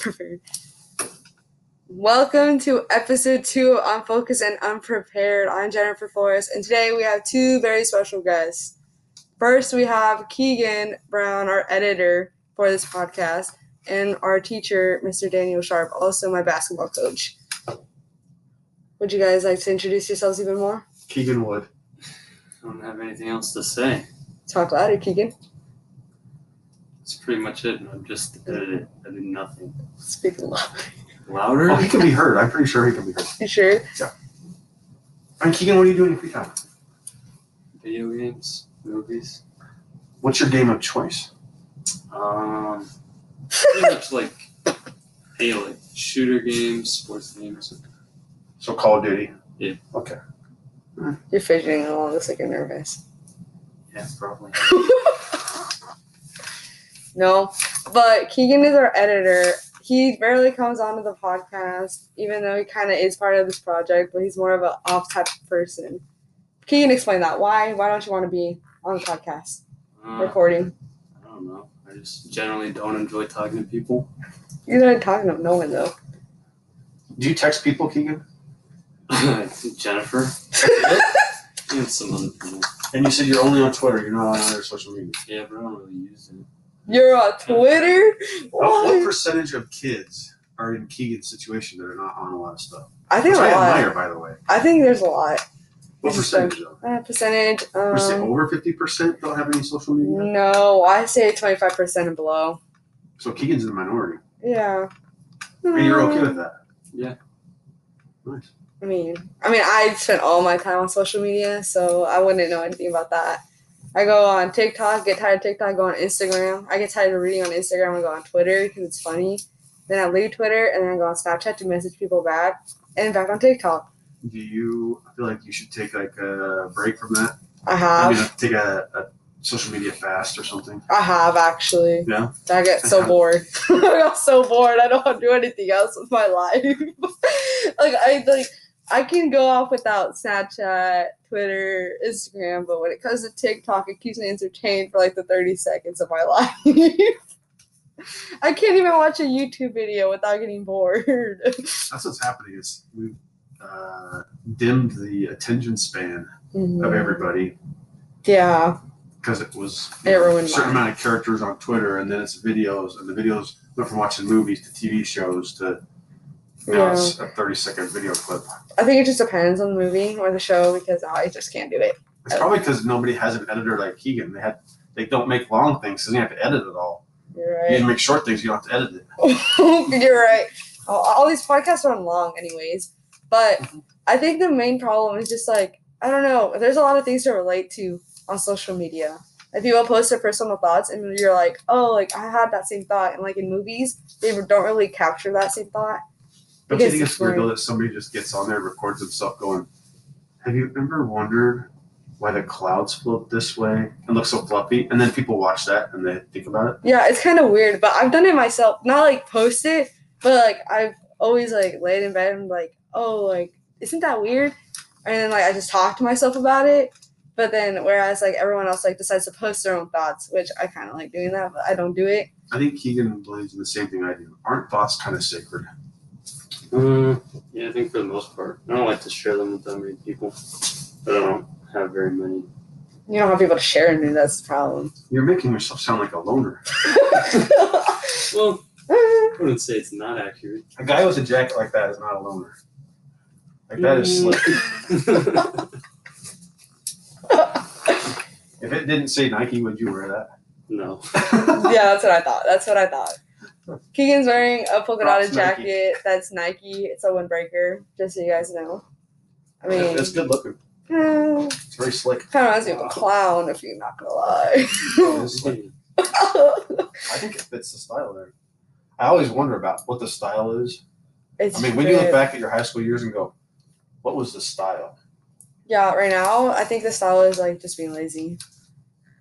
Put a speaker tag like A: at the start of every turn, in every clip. A: Unprepared. Welcome to episode two of On Focus and Unprepared. I'm Jennifer Flores, and today we have two very special guests. First, we have Keegan Brown, our editor for this podcast, and our teacher, Mr. Daniel Sharp, also my basketball coach. Would you guys like to introduce yourselves even more?
B: Keegan Wood.
C: I don't have anything else to say.
A: Talk louder, Keegan.
C: That's pretty much it. I'm just edited. I did nothing.
A: Speak louder.
B: Oh,
C: Louder?
B: he can be heard. I'm pretty sure he can be heard.
A: You sure?
B: And Keegan, what do you do in your free time?
C: Video games? Movies?
B: What's your game of choice?
C: Um, pretty much like, hey, like shooter games, sports games.
B: So Call of Duty.
A: You're fidgeting along. Looks like you're nervous.
C: Yeah, probably.
A: no, but Keegan is our editor. He barely comes onto the podcast, even though he kind of is part of this project, but he's more of an off type person. Keegan, explain that. Why? Why don't you want to be on the podcast
C: Uh,
A: recording?
C: I don't know. I just generally don't enjoy talking to people.
A: You're not talking to no one though.
B: Do you text people, Keegan?
C: Jennifer and some other people.
B: and you said you're only on Twitter. You're not on other social media.
C: Yeah, but I don't really use it.
A: You're on Twitter.
B: What? what
A: What?
B: percentage of kids are in Keegan's situation that are not on a lot of stuff?
A: I think
B: Which
A: a
B: I
A: lot.
B: admire, by the way.
A: I think there's a lot.
B: What percentage though?
A: Uh, percentage.
B: Would you say
A: Um,
B: over 50% don't have any social media?
A: no, I say 25% and below.
B: So Keegan's in the minority.
A: Yeah. Mm.
B: And you're okay with that?
C: Yeah.
B: Nice.
A: I mean, I mean, I spent all my time on social media, so I wouldn't know anything about that. I go on TikTok, get tired of TikTok, go on Instagram. I get tired of reading on Instagram and go on Twitter because it's funny. Then I leave Twitter and then I go on Snapchat to message people back and back on TikTok.
B: Do you I feel like you should take like a break from that?
A: I
B: I
A: have,
B: mean, take a, a social media fast or something.
A: I have actually.
B: Yeah.
A: I get so bored. I got so bored. I don't do anything else with my life. like I like I can go off without Snapchat, Twitter, Instagram, but when it comes to TikTok, it keeps me entertained for like the 30 seconds of my life. I can't even watch a YouTube video without getting bored. Mm-hmm.
B: That's what's happening is we've uh, dimmed the attention span
A: Mm-hmm.
B: of everybody
A: Yeah.
B: because it was
A: It ruined
B: a certain
A: mine.
B: amount of characters on Twitter and then it's videos and the videos went from watching movies to TV shows to now
A: Yeah.
B: it's a 30 second video clip.
A: I think it just depends on the movie or the show because I just can't do it.
B: It's probably because nobody has an editor like Keegan. They had they don't make long things because you have to edit it all.
A: You're
B: You
A: right.
B: can make short things, you don't have to edit it.
A: You're right. All, all these podcasts run long, anyways. But I think the main problem is just like I don't know. There's a lot of things to relate to on social media. Like people post their personal thoughts, and you're like, oh, like I had that same thought. And like in movies, they don't really capture that same thought.
B: But do you
A: Because
B: think
A: it's
B: it's weird
A: boring.
B: though that somebody just gets on there and records himself going, Have you ever wondered why the clouds float this way and look so fluffy? And then people watch that and they think about it.
A: Yeah, it's kind of weird, but I've done it myself. Not like post it, but like I've always like laid in bed and like, oh, like isn't that weird? And then like I just talk to myself about it. But then whereas like everyone else like decides to post their own thoughts, which I kind of like doing that, but I don't do it.
B: I think Keegan believes in the same thing I do. Aren't thoughts kind of sacred?
C: Uh, yeah, I think for the most part. I don't like to share them with that many people. But I don't have very many.
A: You don't have people to share with me. That's the problem.
B: You're making yourself sound like a loner.
C: Well, I wouldn't say it's not accurate.
B: A guy with a jacket like that is not a loner. Like
C: that
B: that
C: is
B: is
C: slick.
A: Mm.
B: If it didn't say Nike, would you wear
C: no.
B: that?
A: yeah, that's what I thought. That's what I thought. Keegan's wearing a polka dotted
B: Props, Nike.
A: jacket that's Nike. It's a windbreaker, just so you guys know. I mean,
B: it's good looking.
A: eh.
B: It's very slick.
A: Kind of reminds me of a clown, if you're not gonna lie.
B: It's slick. I think it fits the style there. I always wonder about what the style is.
A: it's
B: I mean, when you look
A: great.
B: back at your high school years and go, what was the style?
A: yeah, right now I think the style is like just being lazy. Uh,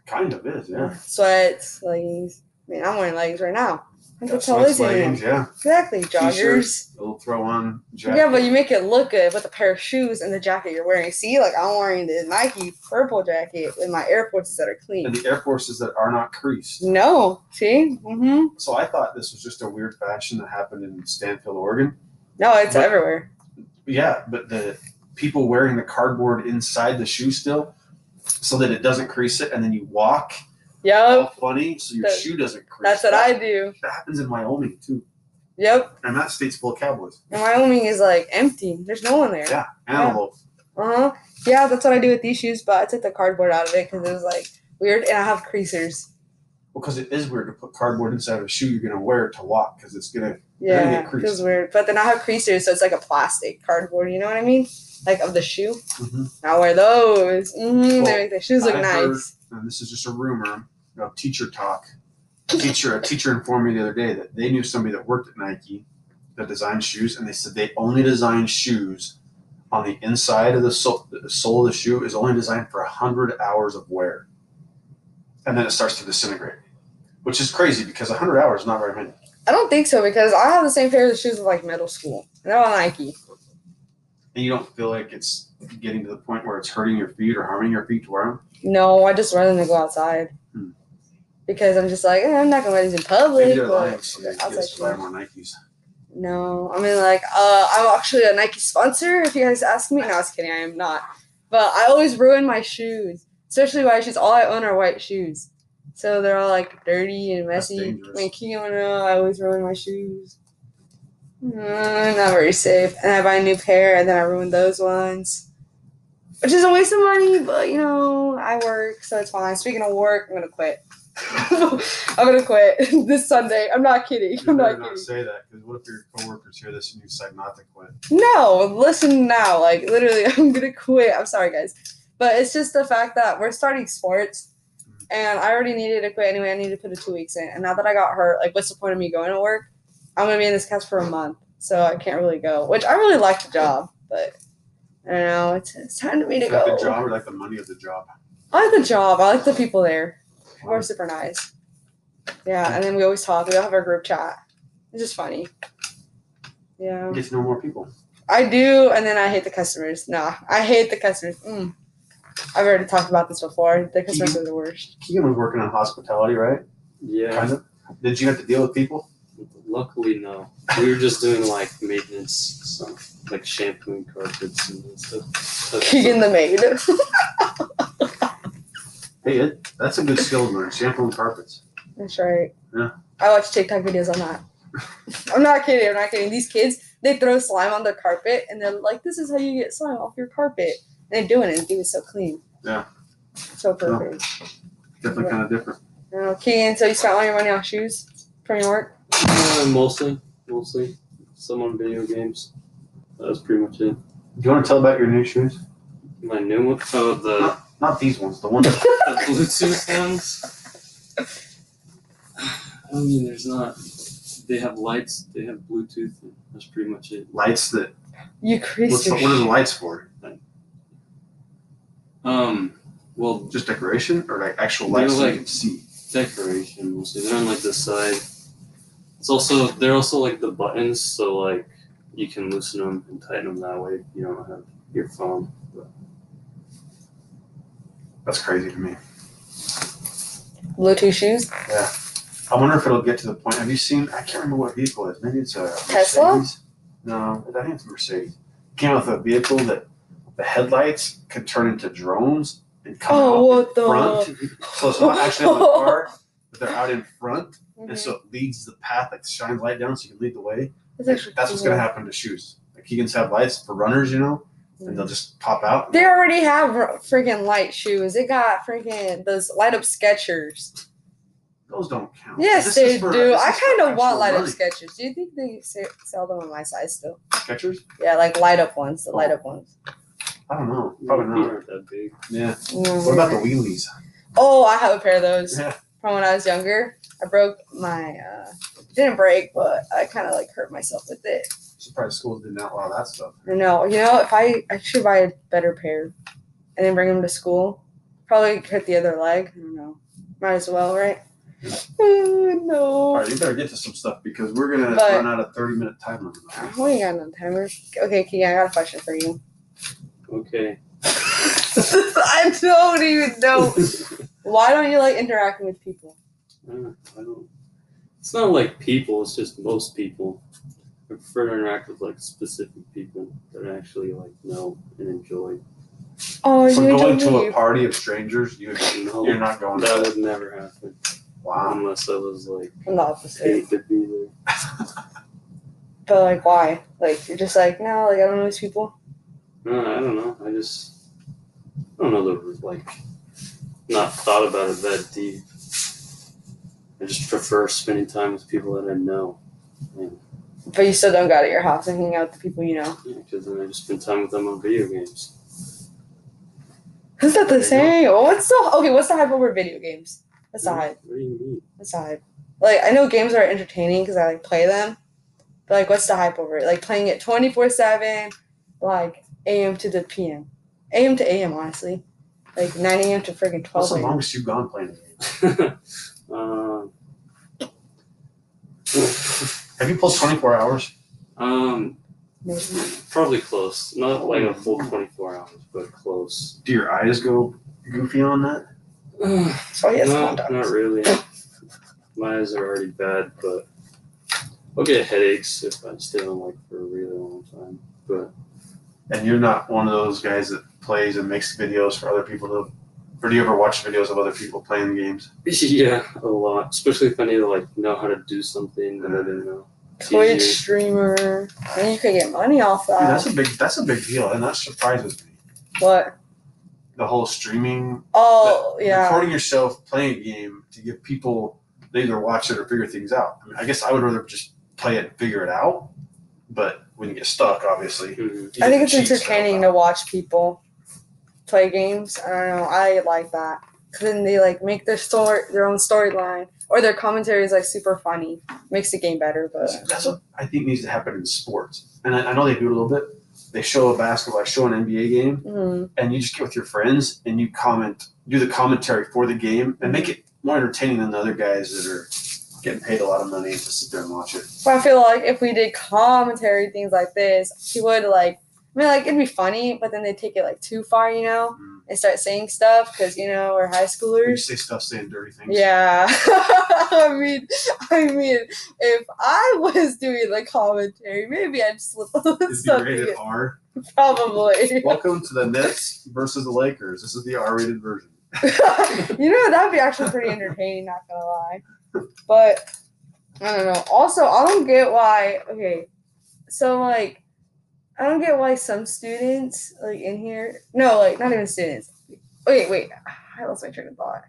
B: Kind of is, yeah.
A: Sweats, leggings. I mean, I'm wearing leggings right now. That's
B: Got
A: what always
B: sweats
A: in
B: leggings, yeah.
A: Exactly, joggers.
B: T-shirts, They'll throw on jacket.
A: Yeah, but you make it look good with a pair of shoes and the jacket you're wearing. See, like I'm wearing the Nike purple jacket with my Air Forces that are
B: and
A: clean.
B: the Air Forces that are not creased.
A: No, see, mm-hmm.
B: So I thought this was just a weird fashion that happened in Stanfield, Oregon.
A: No, it's
B: But-
A: everywhere.
B: Yeah, but the people wearing the cardboard inside the shoe still, so that it doesn't crease it, and then you walk all
A: Yep,
B: funny, so your
A: Oh. That-
B: shoe doesn't crease.
A: that's what I do.
B: That happens in Wyoming too,
A: Yep,
B: and that state's full of cowboys.
A: and Wyoming is like empty. There's no one there.
B: Yeah, antelope.
A: Uh huh. Yeah, that's what I do with these shoes, but I took the cardboard out of it because it was like weird, and I have creasers.
B: Because it is weird to put cardboard inside of a shoe you're gonna wear to walk, because it's gonna. Yeah,
A: Yeah,
B: you get
A: it
B: creased.
A: feels weird. But then I have creasers, so it's like a plastic cardboard. You know what I mean? Like of the shoe. I wear those. Mm,
B: Well,
A: they make the shoes look
B: I heard-
A: nice.
B: and this is just a rumor of teacher talk. A teacher, a teacher informed me the other day that they knew somebody that worked at Nike that designed shoes, and they said they only design shoes on the inside of the sole, the sole of the shoe is only designed for hundred hours of wear, and then it starts to disintegrate, which is crazy because hundred hours is not very many.
A: I don't think so because I have the same pair of shoes of like middle school. And they're all Nike.
B: And you don't feel like it's getting to the point where it's hurting your feet or harming your feet to wear them.
A: No, I just wear them to go outside
B: Hmm.
A: because I'm just like eh, I'm not gonna wear these in public.
B: Maybe they're
A: but
B: lying. So they
A: outside
B: just buy
A: shoes.
B: more Nikes.
A: No, I mean like uh, I'm actually a Nike sponsor. If you guys ask me, no, I was kidding. I am not. But I always ruin my shoes, especially white shoes. All I own are white shoes, so they're all like dirty and
B: That's
A: messy.
B: dangerous.
A: My kimono, I always ruin my shoes. Mm, not very safe. And I buy a new pair, and then I ruin those ones, which is a waste of money. But you know, I work, so it's fine. Speaking of work, I'm gonna quit. I'm gonna quit this Sunday. I'm not kidding.
B: You
A: I'm
B: better
A: not
B: not
A: kidding.
B: say that because what if your coworkers hear this and you decide not to quit?
A: No, listen now. Like literally, I'm gonna quit. I'm sorry, guys, but it's just the fact that we're starting sports, and I already needed to quit anyway. I needed to put the two weeks in, and now that I got hurt, like, what's the point of me going to work? I'm gonna be in this cast for a month, so I can't really go. Which I really like the job, but I don't know. It's, it's time for me to
B: Like
A: go.
B: the job or like the money of the job?
A: I like the job. I like the people there. People are super nice. Yeah, and then we always talk. We all have our group chat. It's just funny. Yeah.
B: You get to know more people.
A: I do, and then I hate the customers. Nah, I hate the customers. Mm. I've already talked about this before. The customers are the worst.
B: Keegan was working on hospitality, right?
C: Yeah.
B: of. Did you have to deal with people?
C: Luckily, no. We were just doing like maintenance, so, like shampooing carpets and stuff. That's-
A: Keegan the maid.
B: Hey, it, that's a good skill to learn. Shampooing carpets.
A: That's right.
B: Yeah.
A: I watch TikTok videos on that. I'm not kidding. I'm not kidding. These kids, they throw slime on their carpet, and they're like, "This is how you get slime off your carpet." And they're doing it. And do it so clean.
B: Yeah.
A: So perfect.
B: Definitely kind of different.
A: Now, Keegan, so you spent all your money on shoes from your work?
C: Uh, mostly, mostly. Some on video games. That was pretty much it.
B: Do you want to tell about your new shoes?
C: My new one. Oh, the,
B: Not these ones. The ones.
C: the Bluetooth ones. I mean, there's not. They have lights. They have Bluetooth. And that's pretty much it.
B: lights that.
A: You creased
B: What's the,
A: your
B: what are the
A: shoes.
B: lights for?
C: Um. Well,
B: Just decoration or like actual
C: They're
B: lights so
C: like-
B: you can see?
C: decoration mostly. They're on like the side. It's also they're also like the buttons, so like you can loosen them and tighten them that way. if You don't have your phone.
B: That's crazy to me.
A: Bluetooth
B: uh,
A: shoes.
B: I wonder if it'll get to the point. Have you seen? I can't remember what vehicle it is. Maybe it's a
A: Tesla?
B: Mercedes? No, I think it's a Mercedes. Came out with a vehicle that the headlights could turn into drones and come
A: Oh,
B: out
A: what
B: in
A: the.
B: front. So it's not actually on the car, but they're out in front,
A: Mhm.
B: and so it leads the path, like shines light down, so you can lead the way.
A: That's
B: That's
A: actually
B: what's
A: cool.
B: gonna happen to shoes. Like Keegan's have lights for runners, you know, and
A: Mm.
B: they'll just pop out.
A: They already have r- freaking light shoes. It got freaking those light up Skechers.
B: Those don't count.
A: Yes,
B: This
A: they
B: is for-
A: do.
B: this
A: I
B: is for
A: kind of want
B: actual
A: light up
B: running.
A: Skechers. Do you think they se- sell them in my size still?
B: Skechers?
A: Yeah, like light up ones, the light
B: Oh.
A: up ones.
B: I don't know.
C: Your
B: Probably
C: feet
B: not.
C: aren't that big.
B: Yeah.
A: Mm.
B: What about the wheelies?
A: Oh, I have a pair of those
B: Yeah.
A: from when I was younger. I broke my, uh, didn't break, but I kind of like hurt myself with it.
B: Surprised schools didn't outlaw that stuff.
A: I know. You know, if I, I should buy a better pair and then bring them to school, probably hurt the other leg. I don't know. Might as well, right? Oh, no.
B: All right, you better get to some stuff because we're gonna
A: But-
B: run out of thirty minute time limit.
A: Oh my god, no timer. Okay, Keegan, I got a question for you.
C: Okay.
A: I don't even know. Why don't you like interacting with people?
C: I don't. I don't. It's not like people. It's just most people. I prefer to interact with like specific people that I actually like know and enjoy.
A: Oh,
B: For
A: you
B: going
A: don't
B: to a
A: leave.
B: party of strangers, you
C: No,
B: you're not going.
C: that
B: To,
C: would never happen
B: wow.
C: unless I was like
A: I'm the opposite.
C: paid to be there.
A: But like, why? Like, you're just like, no, like I don't know these people.
C: No, I don't know. I just I don't know that like not thought about it that deep. I just prefer spending time with people that I know.
A: But you still don't go out at your house and hang out with the people you know.
C: Because then I just spend time with them on video games.
A: Is that the
B: There
A: same? Oh, What's the okay? What's the hype over video games? That's the hype.
C: What do you mean?
A: That's the hype. Like I know games are entertaining because I like play them. But like, what's the hype over it? Like playing it twenty four seven, like a.m. to the p.m. a.m. to a.m. Honestly, like nine a.m. to friggin' twelve
B: What's the
A: a.m.
B: longest you've gone playing a game?
C: um,
B: Have you played twenty four hours?
C: um,
A: Maybe.
C: probably close. Not like a full 24 hours, but close. Uh,
B: Do your eyes go goofy on that?
C: no,
A: So yes,
C: not really. My eyes are already bad, but I'll get headaches if I stay on like for a really long time. But
B: And you're not one of those guys that plays and makes videos for other people to. Or do you ever watch videos of other people playing games?
C: yeah, a lot. Especially if I need to like know how to do something that I didn't know. It's easier.
A: Twitch streamer. And you could get money off
B: Dude, that's
A: that.
B: a big. That's a big deal, and that surprises me.
A: What?
B: The whole streaming
A: Oh yeah.
B: recording yourself playing a game to give people they either watch it or figure things out. I mean, I guess I would rather just play it, and figure it out, but when you get stuck, obviously.
C: Mhm.
A: I think it's entertaining to watch people play games. I don't know. I like that because then they like make their story, their own storyline, or their commentary is like super funny. Makes the game better, but
B: That's what I think needs to happen in sports, and I, I know they do it a little bit. They show a basketball, show an NBA game,
A: mm,
B: and you just get with your friends and you comment, do the commentary for the game, and make it more entertaining than the other guys that are getting paid a lot of money to sit there and watch it.
A: but I feel like if we did commentary things like this, he would like. I mean, like it'd be funny, but then they take it like too far, you know,
B: Mm.
A: and start saying stuff because you know we're high
B: You
A: schoolers.
B: say stuff, saying dirty things.
A: Yeah. I mean, I mean, if I was doing the commentary, maybe I'd slip on
B: It'd be
A: something.
B: rated R.
A: Probably.
B: Welcome to the Nets versus the Lakers. This is the R-rated version.
A: you know, that'd be actually pretty entertaining, not gonna lie. But I don't know. Also, I don't get why okay. So like I don't get why some students like in here no, like not even students. Wait, wait. I lost my train of thought.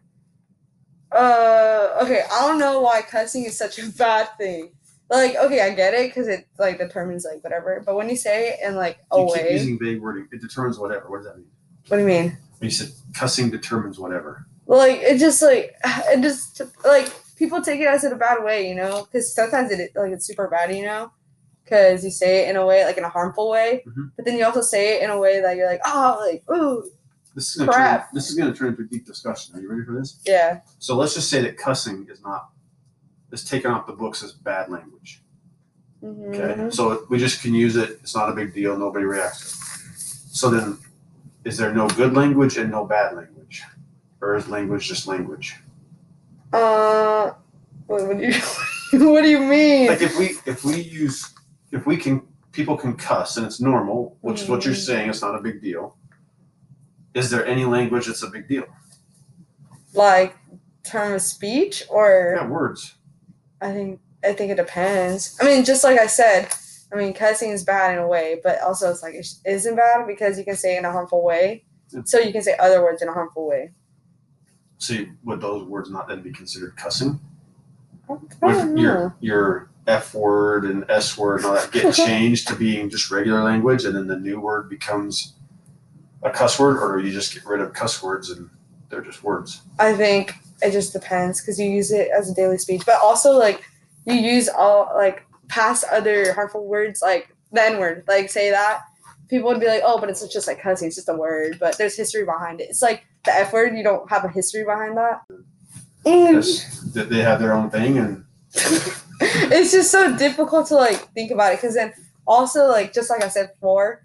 A: Uh okay, I don't know why cussing is such a bad thing. Like, okay, I get it because it like determines like whatever. But when you say it in like a
B: You keep
A: way,
B: using vague wording. It determines whatever. What does that mean?
A: what do you mean?
B: When you said cussing determines whatever.
A: like it just like it just like people take it as in a bad way you know because sometimes it like it's super bad you know because you say it in a way like in a harmful way
B: Mhm.
A: but then you also say it in a way that you're like oh like ooh
B: This is gonna
A: Crap.
B: Turn, this is gonna turn into a deep discussion. Are you ready for this?
A: yeah
B: So let's just say that cussing is not is taken off the books as bad language.
A: Mhm.
B: Okay. So we just can use it. It's not a big deal. Nobody reacts. So then, is there no good language and no bad language, or is language just language?
A: uh what, what do you what do you mean
B: like if we if we use if we can people can cuss and it's normal, which is what you're
A: Mm.
B: saying, it's not a big deal. Is there any language that's a big deal?
A: like term of speech or
B: Yeah, words.
A: I think I think it depends. I mean, just like I said, I mean, cussing is bad in a way, but also it's like it sh- isn't bad because you can say it in a harmful way.
B: Yeah.
A: So you can say other words in a harmful way.
B: So you- would those words not then be considered cussing?
A: I don't
B: Would
A: know.
B: your your F word and S word and all that get changed to being just regular language and then the new word becomes a cuss word, or you just get rid of cuss words and they're just words?
A: I think it just depends because you use it as a daily speech, but also like you use all like past other harmful words like the N word. Like say that people would be like, oh, but it's just like cussing. It's just a word, but there's history behind it. It's like the F word. You don't have a history behind that. Mm.
B: Just that they have their own thing and
A: it's just so difficult to like think about it because then also like just like I said before,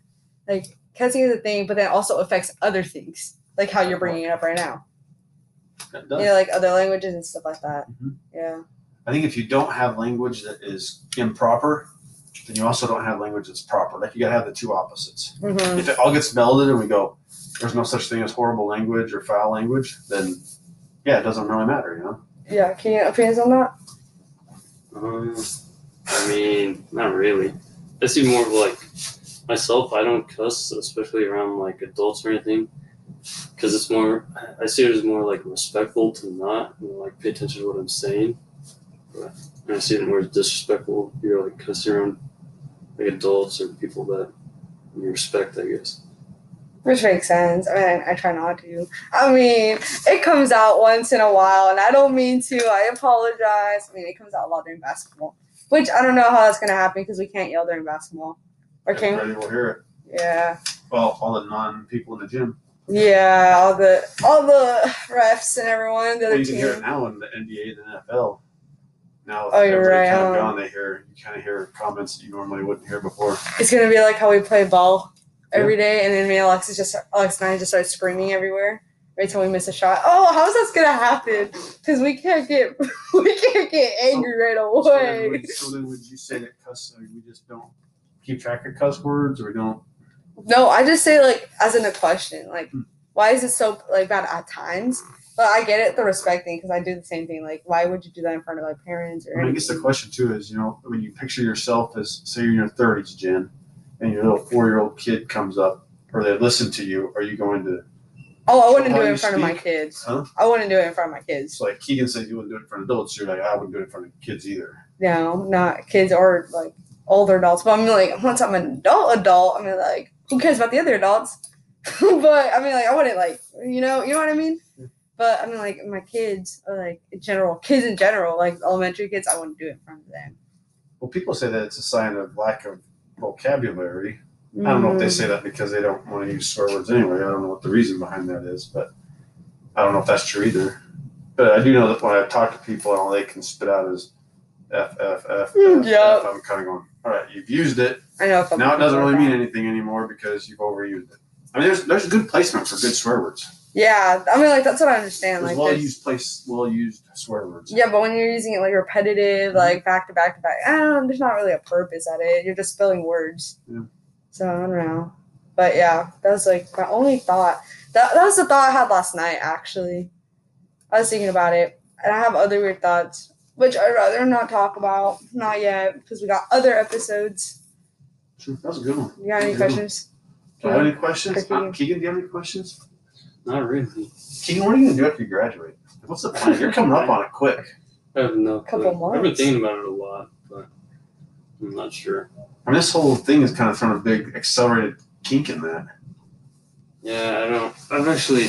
A: like cussing is a thing, but then also affects other things like how you're bringing it up right now.
B: that
A: Yeah,
B: does.
A: like other languages and stuff like that.
B: Mhm.
A: Yeah,
B: I think if you don't have language that is improper, then you also don't have language that's proper. Like you gotta have the two opposites.
A: hmm
B: If it all gets melded and we go, there's no such thing as horrible language or foul language, then yeah, it doesn't really matter, you know.
A: yeah. Can you get opinions on that?
C: Um, I mean, not really. I see more of like myself. I don't cuss, especially around like adults or anything, because it's more. I- I see it as more like respectful to not and, like pay attention to what I'm saying. But and I see it more as disrespectful. if You're like cussing around like adults or people that you respect, I guess.
A: Which makes sense. I mean, I try not to. I mean, it comes out once in a while, and I don't mean to. I apologize. I mean, it comes out a lot during basketball, which I don't know how that's gonna happen because we can't yell during basketball. Or can
B: Everybody will hear it.
A: we? Yeah.
B: Well, all the non people in the gym.
A: Yeah, all the all the refs and everyone, the
B: Well,
A: other
B: you can hear
A: team.
B: it now in the NBA and the NFL. Now with
A: Oh, you're
B: everybody
A: right,
B: kind of
A: huh?
B: gone, they hear you kind of hear comments that you normally wouldn't hear before.
A: It's gonna be like how we play ball every day, and then me and Alexis just Alex and I just start screaming everywhere. Right till we miss a shot. Oh, how's that's gonna happen? Because we can't get we can't get angry right
B: So then,
A: away.
B: would, so then would you say that cuss? I mean, we just don't keep track of cuss words, or we don't?
A: No, I just say like as in a question, like
B: Hmm.
A: why is it so like bad at times? But I get it, the respect thing, because I do the same thing. Like, why would you do that in front of like parents
B: I,
A: or?
B: mean, I guess the
A: anything?
B: question too is, you know, when you picture yourself as, say, you're in your thirties, Jen, and your little four-year-old kid comes up, or they listen to you, are you going to?
A: Oh, I wouldn't
B: Why
A: do it
B: you
A: in front of my
B: speak?
A: kids.
B: Huh?
A: I wouldn't do it in front of my kids.
B: It's like Keegan said, you wouldn't do it in front of adults. You're like, I wouldn't do it in front of kids either.
A: No, not kids or like older adults. But I mean, like once I'm an adult, adult, I mean, like who cares about the other adults? but I mean, like I wouldn't like you know, you know what I mean.
B: Yeah.
A: But I mean, like my kids, or, like in general, kids in general, like elementary kids, I wouldn't do it in front of them.
B: Well, people say that it's a sign of lack of vocabulary. I don't know
A: Mm-hmm.
B: if they say that because they don't want to use swear words anyway. I don't know what the reason behind that is, but I don't know if that's true either. But I do know that when I talk to people, all they can spit out is F, F, F,
A: Mm,
B: F,
A: yeah.
B: F. I'm kind of going, all right, you've used it.
A: I know. if I'm
B: Now it doesn't
A: comfortable
B: really
A: with
B: mean
A: that.
B: anything anymore because you've overused it. I mean, there's there's good placement for good swear words.
A: Yeah, I mean, like that's what I understand.
B: There's
A: Like,
B: well
A: there's-
B: used place, well used swear words.
A: yeah, but when you're using it like repetitive,
B: Mm-hmm.
A: like back to back to back, I don't. There's not really a purpose at it. You're just spilling words.
B: Yeah.
A: So I don't know. But yeah, that was like my only thought. That that was the thought I had last night. Actually, I was thinking about it, and I have other weird thoughts, which I'd rather not talk about, not yet, because we got other episodes.
B: True. That was a good one.
A: You got any
B: Mhm.
A: questions?
B: Do you have any questions?
A: Thank you.
B: Uh, Keegan, do you have any questions?
C: Not really.
B: Keegan, what are you gonna do after you graduate? What's the plan? You're coming up on it quick.
C: I have no. clue.
A: Couple
C: I've been
A: months.
C: thinking about it a lot, but I'm not sure.
B: I mean, this whole thing is kind of thrown a big accelerated kink in that.
C: Yeah, I don't. I've actually.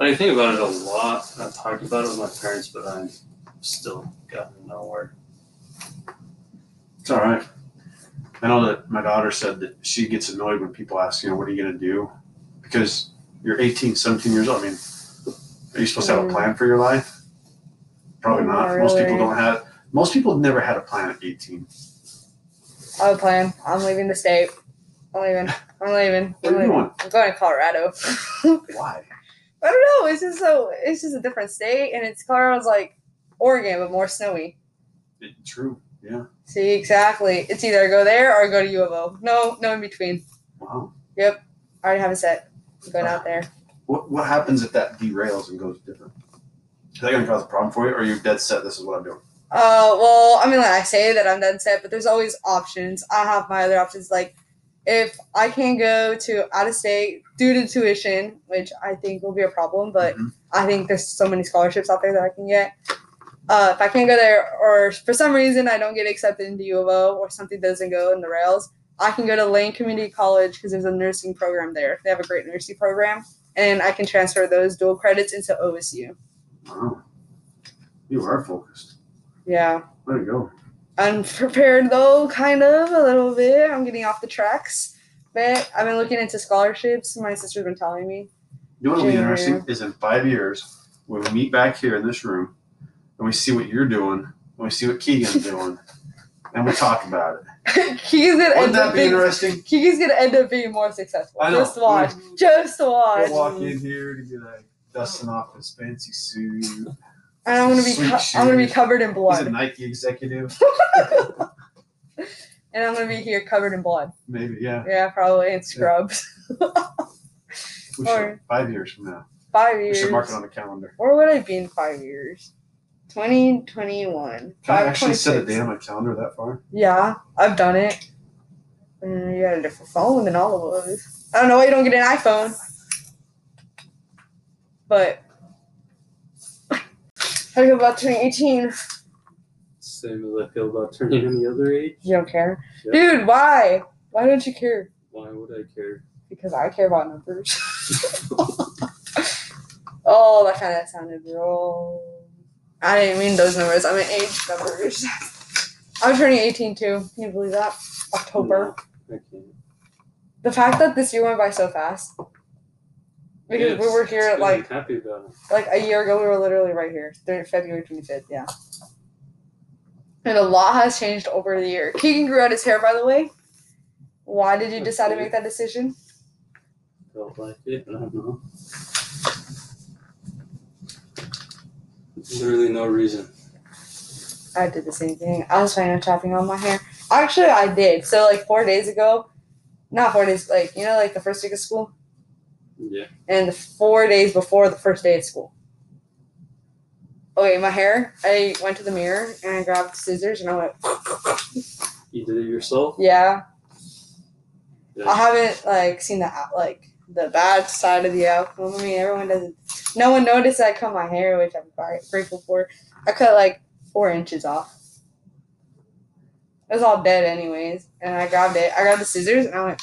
C: I think about it a lot. I've talked about it with my parents, but I'm still gotten nowhere.
B: It's all right. I know that my daughter said that she gets annoyed when people ask, you know, what are you going to do? Because you're 18, 17 years old. I mean, are you supposed to have a
A: Mm.
B: plan for your life? Probably
A: Not
B: not. Most people
A: really.
B: don't have. Most people never had a plan at 18.
A: I have a Oh, plan. I'm leaving the state. I'm leaving. I'm leaving.
B: Where
A: I'm,
B: are you
A: leaving.
B: going?
A: I'm going to Colorado.
B: Why?
A: I don't know. It's just so it's just a different state, and it's Colorado's like Oregon, but more snowy.
B: It, true. Yeah.
A: See, exactly. It's either go there or go to U of O. No, no in between.
B: Wow.
A: I already have a set. I'm going out there.
B: What What happens if that derails and goes different? Is that going to cause a problem for you, or are you dead set? This is what I'm doing.
A: Uh, well, I mean, like I say that I'm dead set, but there's always options. I have my other options. Like, if I can go to out of state due to tuition, which I think will be a problem, but
B: Mhm.
A: I think there's so many scholarships out there that I can get. Uh, if I can't go there, or for some reason I don't get accepted into U of O, or something doesn't go in the rails, I can go to Lane Community College because there's a nursing program there. They have a great nursing program, and I can transfer those dual credits into OSU.
B: Wow. You are focused.
A: Yeah,
B: There you go.
A: I'm prepared though, kind of a little bit. I'm getting off the tracks, but I've been looking into scholarships. My sister's been telling me.
B: You know what will be
A: Yeah.
B: interesting is in five years when we meet back here in this room and we see what you're doing and we see what Keegan's doing and we talk about it.
A: Keegan's gonna
B: Wouldn't
A: end
B: that
A: up
B: be
A: being
B: interesting?
A: Keegan's gonna end up being more successful.
B: I know.
A: Just watch. Just
B: We'll
A: watch.
B: walk in here to be like dusting off his fancy suit.
A: And I'm gonna be
B: Sweet
A: co- I'm gonna be
B: shoes.
A: covered in
B: He's a
A: blood.
B: Nike executive.
A: And I'm gonna be here covered in blood.
B: Maybe, yeah.
A: Yeah, probably in scrubs.
B: We
A: Or-
B: should, five years from now.
A: Five
B: We
A: years.
B: should mark it on the calendar.
A: Where would I be in five years? 2021.
B: Can I
A: Five-
B: actually set a
A: 26.
B: day on my calendar that far?
A: Yeah, I've done it. Mm, you got a different phone than all of us. I don't know why you don't get an iPhone. But how do you feel about turning 18?
C: Same as I feel about turning any other age.
A: You don't care.
C: Yeah.
A: Dude, why? Why don't you care?
C: Why would I care?
A: Because I care about numbers. oh, that kind of sounded wrong. I didn't mean those numbers. I meant age numbers. I'm turning 18 too. Can you believe that? October.
C: No, I can't.
A: The fact that this year went by so fast. Because we
C: Yes,
A: were here
C: it's
A: at
C: good, I'm
A: like
C: happy about it.
A: like a year ago, we were literally right here, thir- February twenty fifth. Yeah. And a lot has changed over the year. Keegan grew out his hair, by the way. Why did you
C: That's
A: decide to
C: weird.
A: make that decision?
C: Felt like it. I don't know. Literally no reason.
A: I did the same thing. I was planning on chopping all my hair. Actually, I did. So like four days ago, not four days. Like you know, like the first week of school,
C: Yeah.
A: and the four days before the first day of school. Okay, my hair. I went to the mirror and I grabbed scissors and I went,
C: You did it yourself?
A: yeah.
C: Yeah.
A: I haven't like seen the out- like the bad side of the outcome. I mean, everyone doesn't. No one noticed I cut my hair, which I'm gr- grateful for. I cut like four inches off. It was all dead, anyways. And I grabbed it. I grabbed the scissors and I went.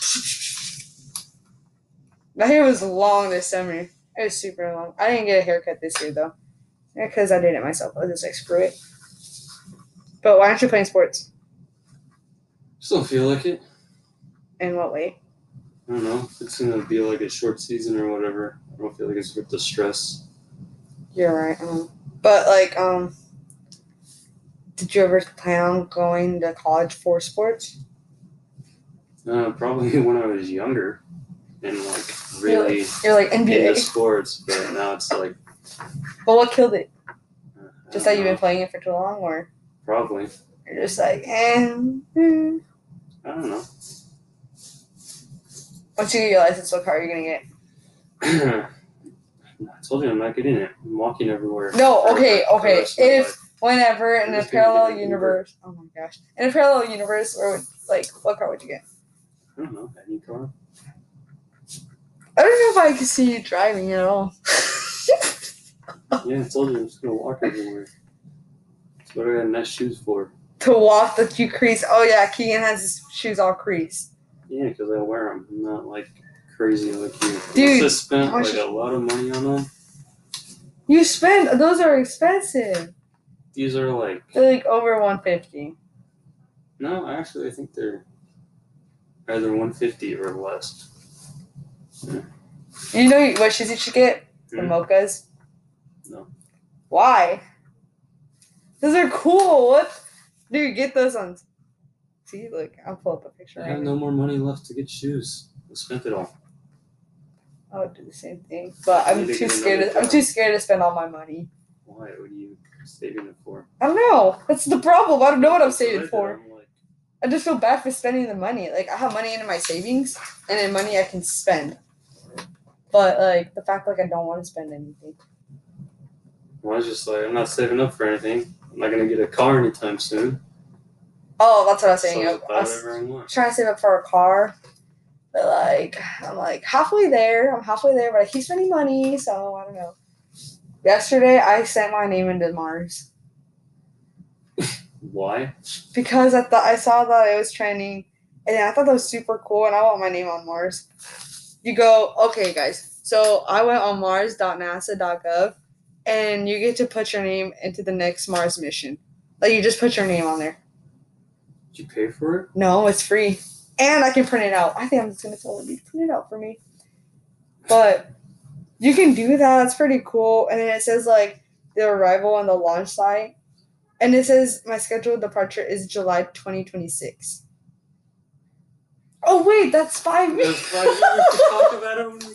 A: My hair was long this summer. It was super long. I didn't get a haircut this year though, because I did it myself. I was just like, screw it. But why aren't you playing sports?
C: Just don't feel like it.
A: In what way?
C: I don't know. It's gonna be like a short season or whatever. I don't feel like it's worth the stress.
A: You're right. Um, but like, um, did you ever plan on going to college for sports?
C: Uh, probably when I was younger and like really
A: You're like
C: into
A: NBA.
C: sports, but now it's like.
A: But what killed it?
C: uh, I
A: Just
C: don't
A: that you've been
C: know.
A: playing it for too long, or
C: Probably.
A: you're just like, eh. mm.
C: I don't know.
A: Once you get your license, what car are you gonna get?
C: I told you I'm not getting it. I'm walking everywhere.
A: No, okay,
C: For the
A: okay.
C: rest of my
A: If-
C: life.
A: Whenever in
C: I'm
A: a
C: just gonna get an
A: parallel
C: Uber.
A: universe. Oh my gosh. In a parallel universe, where would, like, what car would you get?
C: I don't know. Any car?
A: I don't know if I could see you driving at all.
C: Yeah, I told you I'm just gonna walk everywhere. That's what I got nice shoes for.
A: to walk the you crease. Oh yeah, Keegan has his shoes all creased.
C: Yeah, because I wear them. I'm not like crazy like you.
A: Dude,
C: I just spent
A: how much
C: like
A: is-
C: a lot of money on them.
A: You spend those are expensive.
C: These are like
A: They're like over one fifty.
C: no, actually I think they're either 150 or less.
A: You know what shoes you should get? The
C: Hmm.
A: mochas.
C: No.
A: Why? Those are cool. What? Dude, get those ones. See, look, I'll pull up a picture.
C: I
A: Right
C: have
A: now.
C: no more money left to get shoes. I spent it all.
A: I would do the same thing, but
C: I
A: I'm
C: need to
A: too
C: get
A: scared.
C: another
A: To, I'm
C: job.
A: too scared to spend all my money.
C: Why? What are you saving it for?
A: I don't know. That's the problem. I don't know what I'm
C: That's I
A: saving
C: did.
A: for.
C: I'm like,
A: I just feel bad for spending the money. Like I have money in my savings and then money I can spend. But like the fact like I don't want to spend anything.
C: well, I was just like, I'm not saving up for anything. I'm not gonna get a car anytime soon.
A: Oh, that's what I was
C: So
A: saying.
C: I'll
A: I,
C: buy
A: I was
C: whatever I want.
A: trying to save up for a car, but like I'm like halfway there. I'm halfway there, but I keep spending money, so I don't know. Yesterday, I sent my name into Mars
C: Why?
A: because I thought I saw that it was trending, and I thought that was super cool, and I want my name on Mars. You go, okay, guys. So I went on Mars.nasa.gov, and you get to put your name into the next Mars mission. Like you just put your name on there.
C: Did you pay for it?
A: No, it's free. And I can print it out. I think I'm just gonna tell them to print it out for me. But You can do that. That's pretty cool. And then it says like the arrival on the launch site, and it says my scheduled departure is July 2026. Oh wait, that's five
C: That's
A: minutes.
C: five years to talk about it when we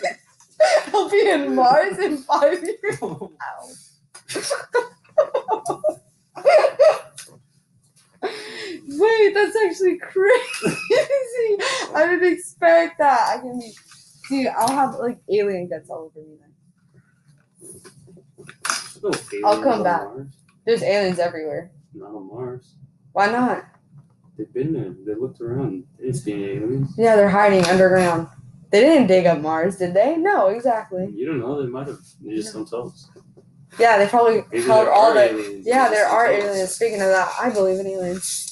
C: come back. Five years.
A: I'll be in Mars in five years. Wait, that's actually crazy. I didn't expect that. I can be, dude. I'll have like alien guts all over me then.
C: No
A: I'll
C: aliens
A: come
C: on
A: back.
C: Mars.
A: There's aliens everywhere.
C: Not on Mars.
A: Why not?
C: They've been there. They looked around. They didn't see any aliens.
A: Yeah, they're hiding underground. They didn't dig up Mars, did they? No, exactly.
C: You don't know. They might have. They just don't tell us.
A: Yeah, they probably
C: Maybe
A: held
C: there
A: all
C: are
A: the.
C: aliens. They
A: Yeah,
C: just
A: there
C: don't
A: are
C: tell us.
A: aliens. Speaking of that, I believe in aliens.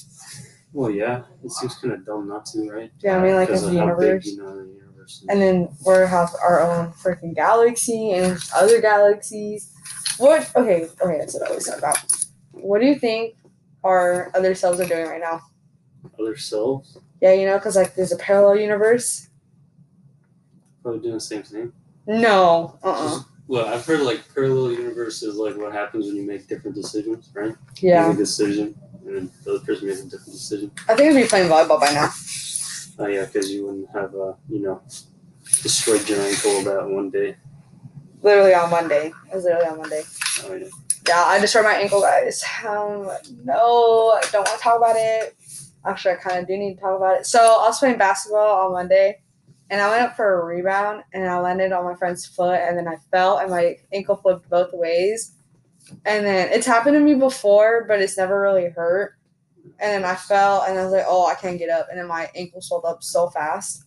C: Well, yeah. It seems kind of dumb not to, right?
A: Do you know what I mean? Like
C: Because
A: as
C: of
A: the
C: how big,
A: universe.
C: you know, the universe is.
A: and then we are have our own freaking galaxy and there's other galaxies. What? Okay, okay, that's what I was talking about. What do you think our other selves are doing right now?
C: other selves
A: Yeah, you know, because like there's a parallel universe.
C: probably doing the same thing.
A: No, uh, uh
C: Well, I've heard like parallel universe is like what happens when you make different decisions, right? You
A: yeah.
C: make a decision, and then the other person makes a different decision.
A: I think I'd be playing volleyball by now.
C: Oh yeah, because you wouldn't have uh, you know, destroyed your ankle that one day.
A: Literally on Monday. It was literally on Monday.
C: Oh yeah.
A: Yeah, I just hurt my ankle, guys. Um, no, I don't want to talk about it. Actually, I kind of do need to talk about it. So I was playing basketball on Monday, and I went up for a rebound, and I landed on my friend's foot, and then I fell, and my ankle flipped both ways. And then it's happened to me before, but it's never really hurt. And then I fell, and I was like, "Oh, I can't get up." And then my ankle swelled up so fast,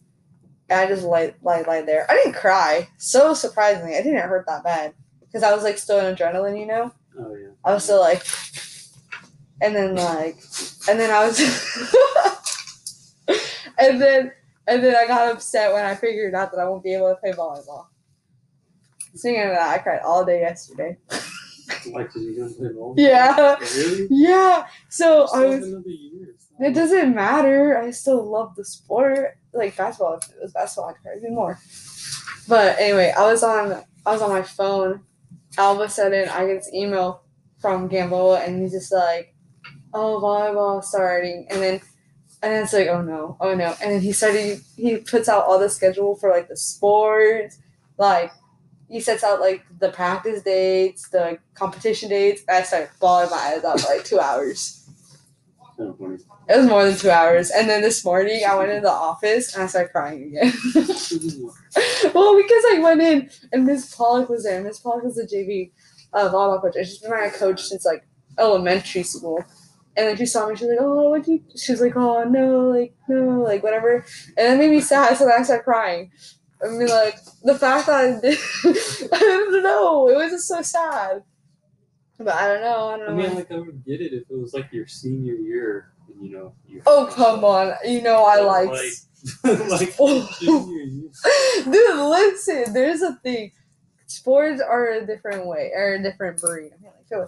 A: and I just lay, lay, lay there. I didn't cry. So surprisingly, it didn't hurt that bad because I was like still in adrenaline, you know.
C: Oh yeah.
A: I was still like, and then like, and then I was, and then and then I got upset when I figured out that I won't be able to play volleyball. Speaking of that, I cried all day yesterday.
C: Why? Because you don't play volleyball.
A: Yeah,
C: Really?
A: yeah. So I
C: Still have
A: was.
C: Another year. It's not-
A: It doesn't matter. I still love the sport. Like basketball, if it was basketball, I'd care even more. But anyway, I was on I was on my phone. All of a sudden, I get this email from Gamboa, and he's just like, "Oh, volleyball starting," and then and then it's like, "Oh no, oh no," and then he started. He puts out all the schedule for like the sports, like. He sets out like the practice dates, the competition dates. I started bawling my eyes out for like two hours.
C: Kinda funny.
A: It was more than two hours. And then this morning I went into the office and I started crying again. well, because I went in and Miss Pollock was there. Miss Pollock is the JV uh, volleyball coach. And she's been my coach since like elementary school. And then she saw me. She's like, "Oh, what do you?" She's like, "Oh no, like no, like whatever." And it made me sad, so then I started crying. I mean, like the fact that I did, I don't know. It was just so sad. But I don't know. I don't know.
C: I mean, like I would get it if it was like your senior year, and you know you.
A: oh come on! Oh. You know I
C: But,
A: like.
C: Oh, like- like junior year.
A: Dude, listen, there's a thing. Sports are a different way, or a different breed. I mean, like,